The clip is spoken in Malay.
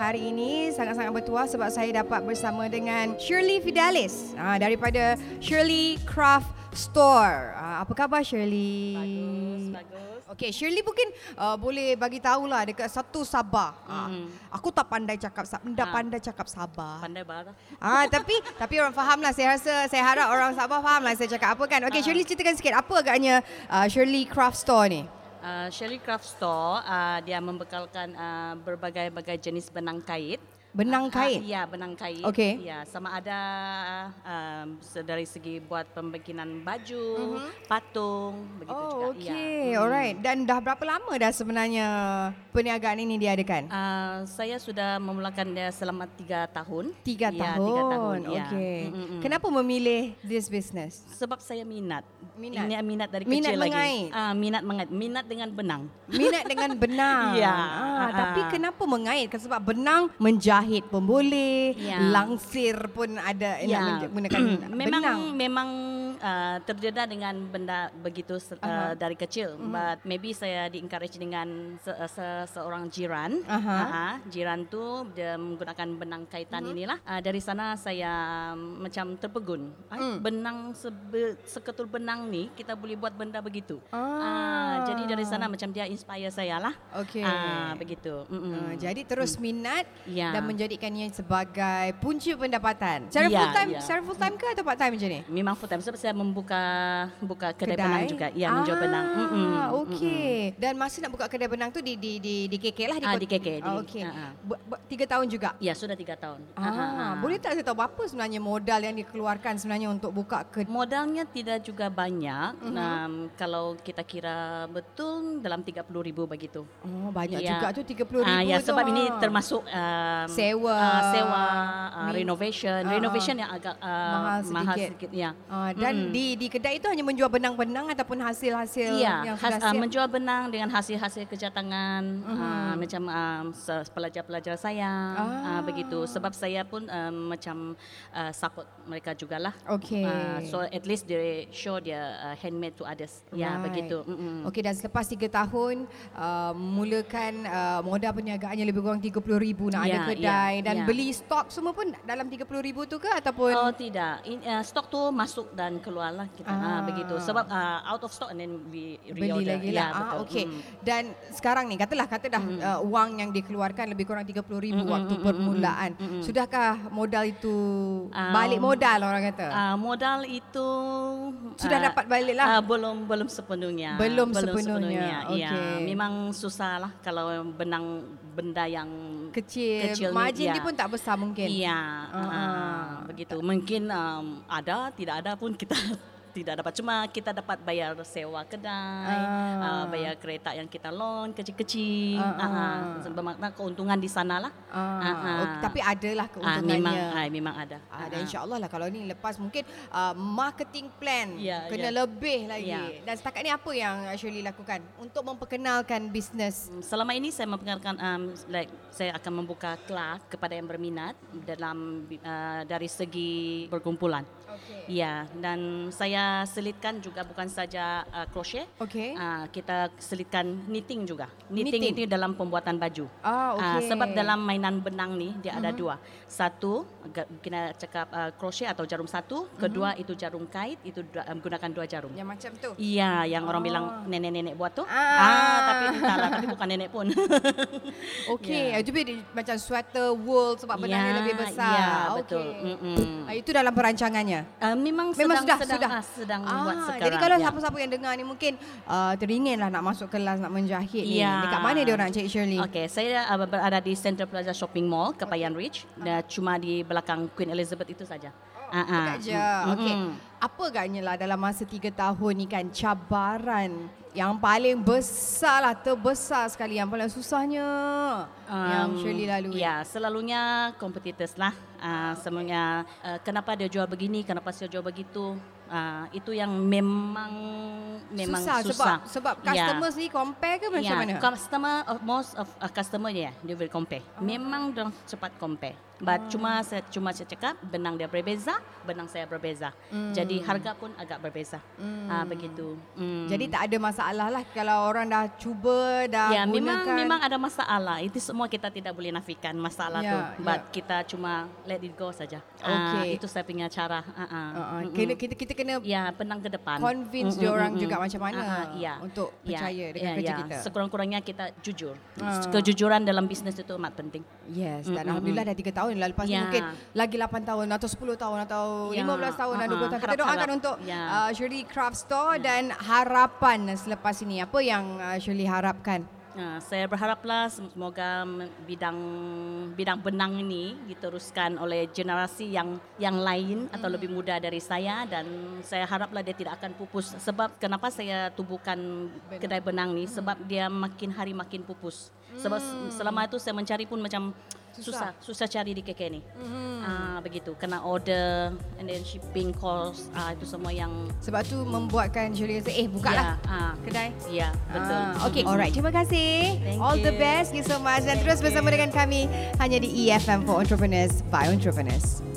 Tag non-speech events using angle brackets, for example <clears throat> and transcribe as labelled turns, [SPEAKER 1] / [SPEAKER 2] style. [SPEAKER 1] Hari ini sangat-sangat bertuah sebab saya dapat bersama dengan Shirley Fidelis ah, daripada Shirley Craft Store. Ah, apa khabar Shirley?
[SPEAKER 2] Bagus, bagus.
[SPEAKER 1] Okey, Shirley mungkin uh, boleh bagi tahulah dekat satu Sabah. Mm. aku tak pandai cakap Sabah, ha.
[SPEAKER 2] Mm-hmm. Ah.
[SPEAKER 1] pandai cakap Sabah.
[SPEAKER 2] Pandai bahasa.
[SPEAKER 1] Ah, tapi tapi orang faham lah. Saya rasa saya harap orang Sabah faham lah saya cakap apa kan.
[SPEAKER 2] Ah.
[SPEAKER 1] Okey, Shirley ceritakan sikit apa agaknya uh, Shirley Craft Store ni.
[SPEAKER 2] Uh, Shelly Craft Store uh, dia membekalkan uh, berbagai-bagai jenis benang kait.
[SPEAKER 1] Benang
[SPEAKER 2] Ah,
[SPEAKER 1] kait.
[SPEAKER 2] ya, benang kait.
[SPEAKER 1] Okey.
[SPEAKER 2] Ya, sama ada um, se- dari segi buat pembikinan baju, patung, begitu
[SPEAKER 1] Mm-hmm. Oh,
[SPEAKER 2] juga. Ya.
[SPEAKER 1] okey.
[SPEAKER 2] Hmm.
[SPEAKER 1] Alright. Dan dah berapa lama dah sebenarnya perniagaan ini diadakan?
[SPEAKER 2] Uh, saya sudah memulakan dia selama tiga tahun.
[SPEAKER 1] Tiga
[SPEAKER 2] ya,
[SPEAKER 1] tahun.
[SPEAKER 2] Tiga tahun. ya.
[SPEAKER 1] Okey.
[SPEAKER 2] Mm-mm-mm.
[SPEAKER 1] Kenapa memilih this business?
[SPEAKER 2] Sebab saya minat.
[SPEAKER 1] Minat?
[SPEAKER 2] Ini minat dari
[SPEAKER 1] Minat
[SPEAKER 2] kecil
[SPEAKER 1] mengait?
[SPEAKER 2] lagi. Ah, minat mengait. Minat dengan benang.
[SPEAKER 1] Minat
[SPEAKER 2] <laughs>
[SPEAKER 1] dengan benang.
[SPEAKER 2] Ya.
[SPEAKER 1] Ah,
[SPEAKER 2] Ah.
[SPEAKER 1] tapi kenapa mengait? Sebab benang menjahit pun boleh,
[SPEAKER 2] Ya.
[SPEAKER 1] langsir pun ada Eh, nak
[SPEAKER 2] Ya.
[SPEAKER 1] menggunakan
[SPEAKER 2] <clears throat> memang
[SPEAKER 1] benang.
[SPEAKER 2] memang uh, terdedah dengan benda begitu se- uh, dari kecil.
[SPEAKER 1] Mhm.
[SPEAKER 2] But maybe saya di encourage dengan se- uh, se- seorang jiran.
[SPEAKER 1] Aha. Mhm.
[SPEAKER 2] Aha, jiran tu dia menggunakan benang kaitan inilah. Uh, dari sana saya um, macam terpegun. Ay,
[SPEAKER 1] Mm.
[SPEAKER 2] Benang sebe- seketul benang ni kita boleh buat benda begitu. Ah, jadi dari sana macam dia inspire saya lah.
[SPEAKER 1] Okey.
[SPEAKER 2] Ah, begitu.
[SPEAKER 1] Uh,
[SPEAKER 2] Mm-mm.
[SPEAKER 1] jadi terus minat
[SPEAKER 2] Ya.
[SPEAKER 1] dan menjadikannya sebagai punca pendapatan. Secara
[SPEAKER 2] Ya,
[SPEAKER 1] full time,
[SPEAKER 2] ya.
[SPEAKER 1] secara full time ke atau part time macam ni?
[SPEAKER 2] Memang full time sebab saya membuka buka kedai, benang juga. Ya, menjual benang. Mm-mm.
[SPEAKER 1] Ah, okey. Dan masa nak buka kedai benang tu di di di di KK lah di
[SPEAKER 2] Ah,
[SPEAKER 1] kota-
[SPEAKER 2] di KK, di-
[SPEAKER 1] Ah, okey.
[SPEAKER 2] ah, ah.
[SPEAKER 1] Be- be- Tiga tahun juga.
[SPEAKER 2] Ya, sudah tiga tahun.
[SPEAKER 1] Ah,
[SPEAKER 2] ha,
[SPEAKER 1] boleh tak saya tahu berapa sebenarnya modal yang dikeluarkan sebenarnya untuk buka kedai?
[SPEAKER 2] Modalnya tidak juga banyak.
[SPEAKER 1] Mhm.
[SPEAKER 2] Um, kalau kita kira betul dalam 30 ribu begitu.
[SPEAKER 1] Oh, banyak
[SPEAKER 2] Ya.
[SPEAKER 1] juga tu 30,000
[SPEAKER 2] Ah, ya,
[SPEAKER 1] tu.
[SPEAKER 2] sebab
[SPEAKER 1] ha.
[SPEAKER 2] ini termasuk um,
[SPEAKER 1] Sewa.
[SPEAKER 2] ah, sewa, ah,
[SPEAKER 1] Min-
[SPEAKER 2] renovation.
[SPEAKER 1] Ah,
[SPEAKER 2] Renovation yang agak ah,
[SPEAKER 1] Mahal
[SPEAKER 2] mahal
[SPEAKER 1] sedikit.
[SPEAKER 2] sedikit. Ya.
[SPEAKER 1] Ah, dan di di kedai itu hanya menjual benang-benang ataupun hasil-hasil
[SPEAKER 2] Iya,
[SPEAKER 1] yang
[SPEAKER 2] khas,
[SPEAKER 1] sudah
[SPEAKER 2] ah,
[SPEAKER 1] siap. Mhm.
[SPEAKER 2] menjual benang dengan hasil-hasil kerja tangan ah, macam um, pelajar-pelajar saya ah.
[SPEAKER 1] Ah.
[SPEAKER 2] begitu. Sebab saya pun um, macam uh, support mereka jugalah.
[SPEAKER 1] Okey.
[SPEAKER 2] Ah, so at least they show their uh, handmade to others. Ya,
[SPEAKER 1] Right.
[SPEAKER 2] begitu. Mm-mm.
[SPEAKER 1] Okey dan selepas 3 tahun uh, mulakan uh, modal perniagaannya lebih kurang 30000 nak ada
[SPEAKER 2] Ya,
[SPEAKER 1] kedai
[SPEAKER 2] ya,
[SPEAKER 1] dan
[SPEAKER 2] ya.
[SPEAKER 1] beli stok semua pun dalam 30000 tu ke ataupun
[SPEAKER 2] Oh tidak, In, uh, stok tu masuk dan keluarlah kita.
[SPEAKER 1] Ah.
[SPEAKER 2] Ah. begitu. Sebab uh, out of stock and then we
[SPEAKER 1] beli
[SPEAKER 2] reorder.
[SPEAKER 1] lagi lah.
[SPEAKER 2] Ya,
[SPEAKER 1] ah,
[SPEAKER 2] betul. Hmm.
[SPEAKER 1] okey.
[SPEAKER 2] Mm.
[SPEAKER 1] Dan sekarang ni katalah kata dah uh, uang yang dikeluarkan lebih kurang 30000
[SPEAKER 2] Hmm,
[SPEAKER 1] waktu permulaan. Sudahkah modal itu
[SPEAKER 2] Um,
[SPEAKER 1] balik modal orang kata?
[SPEAKER 2] Ah, modal itu
[SPEAKER 1] Sudah
[SPEAKER 2] ah,
[SPEAKER 1] dapat balik lah.
[SPEAKER 2] ah, belum belum sepenuhnya.
[SPEAKER 1] Belum sepenuhnya,
[SPEAKER 2] Ya,
[SPEAKER 1] okey.
[SPEAKER 2] memang susah lah kalau benang benda yang
[SPEAKER 1] kecil,
[SPEAKER 2] kecil ni,
[SPEAKER 1] margin
[SPEAKER 2] ya.
[SPEAKER 1] dia pun tak besar mungkin.
[SPEAKER 2] Iya,
[SPEAKER 1] Ah,
[SPEAKER 2] ah,
[SPEAKER 1] ah.
[SPEAKER 2] begitu. Mungkin um, ada, tidak ada pun kita <laughs> tidak dapat. Cuma kita dapat bayar sewa kedai,
[SPEAKER 1] Ah.
[SPEAKER 2] ah, bayar kereta yang kita loan kecil-kecil.
[SPEAKER 1] Ah,
[SPEAKER 2] Ah, ah.
[SPEAKER 1] ah.
[SPEAKER 2] Bermakna keuntungan di sanalah.
[SPEAKER 1] Ah,
[SPEAKER 2] Ah, ah.
[SPEAKER 1] okey, tapi adalah
[SPEAKER 2] Ah, memang,
[SPEAKER 1] keuntungannya.
[SPEAKER 2] ah, memang ada.
[SPEAKER 1] Ah, dan insyaAllah lah kalau ni lepas mungkin uh, marketing plan
[SPEAKER 2] Ya,
[SPEAKER 1] kena
[SPEAKER 2] ya.
[SPEAKER 1] lebih lagi.
[SPEAKER 2] Ya.
[SPEAKER 1] Dan setakat ni apa yang Shirley lakukan untuk memperkenalkan bisnes?
[SPEAKER 2] Hmm, Selama ini saya memperkenalkan um, like saya akan membuka kelas kepada yang berminat dalam uh, dari segi perkumpulan.
[SPEAKER 1] Okey.
[SPEAKER 2] Ya, dan saya selitkan juga bukan saja uh, crochet.
[SPEAKER 1] Okey.
[SPEAKER 2] Uh, kita selitkan knitting juga. Knitting,
[SPEAKER 1] Knitting.
[SPEAKER 2] knitting. itu dalam pembuatan baju.
[SPEAKER 1] Ah,
[SPEAKER 2] Ah,
[SPEAKER 1] okey.
[SPEAKER 2] sebab dalam mainan benang ni dia ada dua. Satu ga- kita cakap uh, crochet atau jarum satu, kedua itu jarum kait, itu dua, um, gunakan dua jarum.
[SPEAKER 1] Yang macam tu.
[SPEAKER 2] Iya, yang orang
[SPEAKER 1] Ah.
[SPEAKER 2] bilang nenek-nenek buat tu.
[SPEAKER 1] Ah.
[SPEAKER 2] tapi entahlah, tapi bukan nenek pun. <laughs>
[SPEAKER 1] Okey,
[SPEAKER 2] Ya.
[SPEAKER 1] yeah. tapi dia macam sweater wool sebab benangnya
[SPEAKER 2] Ya,
[SPEAKER 1] lebih besar.
[SPEAKER 2] Ya,
[SPEAKER 1] Okey.
[SPEAKER 2] betul. Mm-mm.
[SPEAKER 1] Ah, itu dalam perancangannya.
[SPEAKER 2] Ah, memang,
[SPEAKER 1] Memang sudah,
[SPEAKER 2] sedang, sedang,
[SPEAKER 1] sudah.
[SPEAKER 2] ah, sedang buat sekarang.
[SPEAKER 1] Jadi kalau
[SPEAKER 2] ya.
[SPEAKER 1] siapa-siapa yang dengar ni mungkin uh, teringin lah nak masuk kelas nak menjahit
[SPEAKER 2] Ya.
[SPEAKER 1] ni. Dekat mana dia orang cik Shirley?
[SPEAKER 2] Okey, saya uh, berada di Central Plaza Shopping Mall, Kepayan Ridge. Dan cuma di belakang Queen Elizabeth itu saja.
[SPEAKER 1] Ah. Oh,
[SPEAKER 2] Ah, ah.
[SPEAKER 1] Dekat je.
[SPEAKER 2] Mm-mm.
[SPEAKER 1] Okey. Apa agaknya lah dalam masa tiga tahun ni kan cabaran yang paling besar lah, terbesar sekali yang paling susahnya yang
[SPEAKER 2] Um,
[SPEAKER 1] Shirley lalui.
[SPEAKER 2] Ya, Ah,
[SPEAKER 1] Ah,
[SPEAKER 2] eh, selalunya competitors lah. Uh, Semuanya, uh, kenapa dia jual begini, kenapa saya jual begitu. Ah, itu yang memang memang
[SPEAKER 1] Sebab,
[SPEAKER 2] susah.
[SPEAKER 1] sebab customer yeah. sendiri compare ke macam
[SPEAKER 2] Ya,
[SPEAKER 1] mana?
[SPEAKER 2] Customer of most of uh, customer dia dia will compare.
[SPEAKER 1] Oh.
[SPEAKER 2] Memang dia cepat compare. But cuma saya cuma saya cakap benang dia berbeza, benang saya berbeza.
[SPEAKER 1] Hmm.
[SPEAKER 2] Jadi harga pun agak berbeza. Ah begitu. Hmm.
[SPEAKER 1] Jadi tak ada masalah lah kalau orang dah cuba, dah
[SPEAKER 2] Ya,
[SPEAKER 1] gunakan.
[SPEAKER 2] memang memang ada masalah. Itu semua kita tidak boleh nafikan masalah
[SPEAKER 1] Ya,
[SPEAKER 2] tu. But
[SPEAKER 1] ya.
[SPEAKER 2] kita cuma let it go saja. Ah,
[SPEAKER 1] Okey.
[SPEAKER 2] itu saya punya cara. Ah, ah.
[SPEAKER 1] Uh,
[SPEAKER 2] Mm-mm.
[SPEAKER 1] kena, kita, kita kena
[SPEAKER 2] Ya, penang ke depan.
[SPEAKER 1] Convince
[SPEAKER 2] Mm-mm,
[SPEAKER 1] diorang
[SPEAKER 2] mm-mm.
[SPEAKER 1] juga macam mana
[SPEAKER 2] Ah, ya.
[SPEAKER 1] untuk percaya dengan kerja kita.
[SPEAKER 2] Sekurang-kurangnya kita jujur.
[SPEAKER 1] Ah.
[SPEAKER 2] Kejujuran dalam bisnes itu amat penting.
[SPEAKER 1] Yes, dan
[SPEAKER 2] Mm-mm.
[SPEAKER 1] Alhamdulillah dah 3 tahun. lah. Lepas yeah.
[SPEAKER 2] Ya.
[SPEAKER 1] ni mungkin lagi 8 tahun atau 10 tahun atau
[SPEAKER 2] Ya.
[SPEAKER 1] 15 tahun atau
[SPEAKER 2] Ha-ha.
[SPEAKER 1] 20 tahun. Kita
[SPEAKER 2] Harap-harap.
[SPEAKER 1] doakan untuk
[SPEAKER 2] Ya.
[SPEAKER 1] uh, Shirley Craft Store dan harapan selepas ini. Apa yang uh, Shirley harapkan?
[SPEAKER 2] Nah, saya berharaplah sem- semoga m- bidang bidang benang ini diteruskan oleh generasi yang yang lain atau
[SPEAKER 1] Hmm.
[SPEAKER 2] lebih muda dari saya dan saya haraplah dia tidak akan pupus sebab kenapa saya tubuhkan kedai benang ni sebab dia makin hari makin pupus. Sebab se- selama itu saya mencari pun macam
[SPEAKER 1] Hmm. Susah.
[SPEAKER 2] susah susah, cari di KK ni.
[SPEAKER 1] Hmm.
[SPEAKER 2] Ah begitu kena order and then shipping cost ah itu semua yang
[SPEAKER 1] Sebab tu membuatkan Shirley kata, eh bukalah
[SPEAKER 2] Ya, ah.
[SPEAKER 1] kedai.
[SPEAKER 2] Ya, betul.
[SPEAKER 1] Ah, okay,
[SPEAKER 2] Mm-mm.
[SPEAKER 1] alright. Terima kasih.
[SPEAKER 2] Thank
[SPEAKER 1] All the
[SPEAKER 2] you.
[SPEAKER 1] E best. Thank you so much. Dan terus bersama dengan kami hanya di EFM for Entrepreneurs by Entrepreneurs.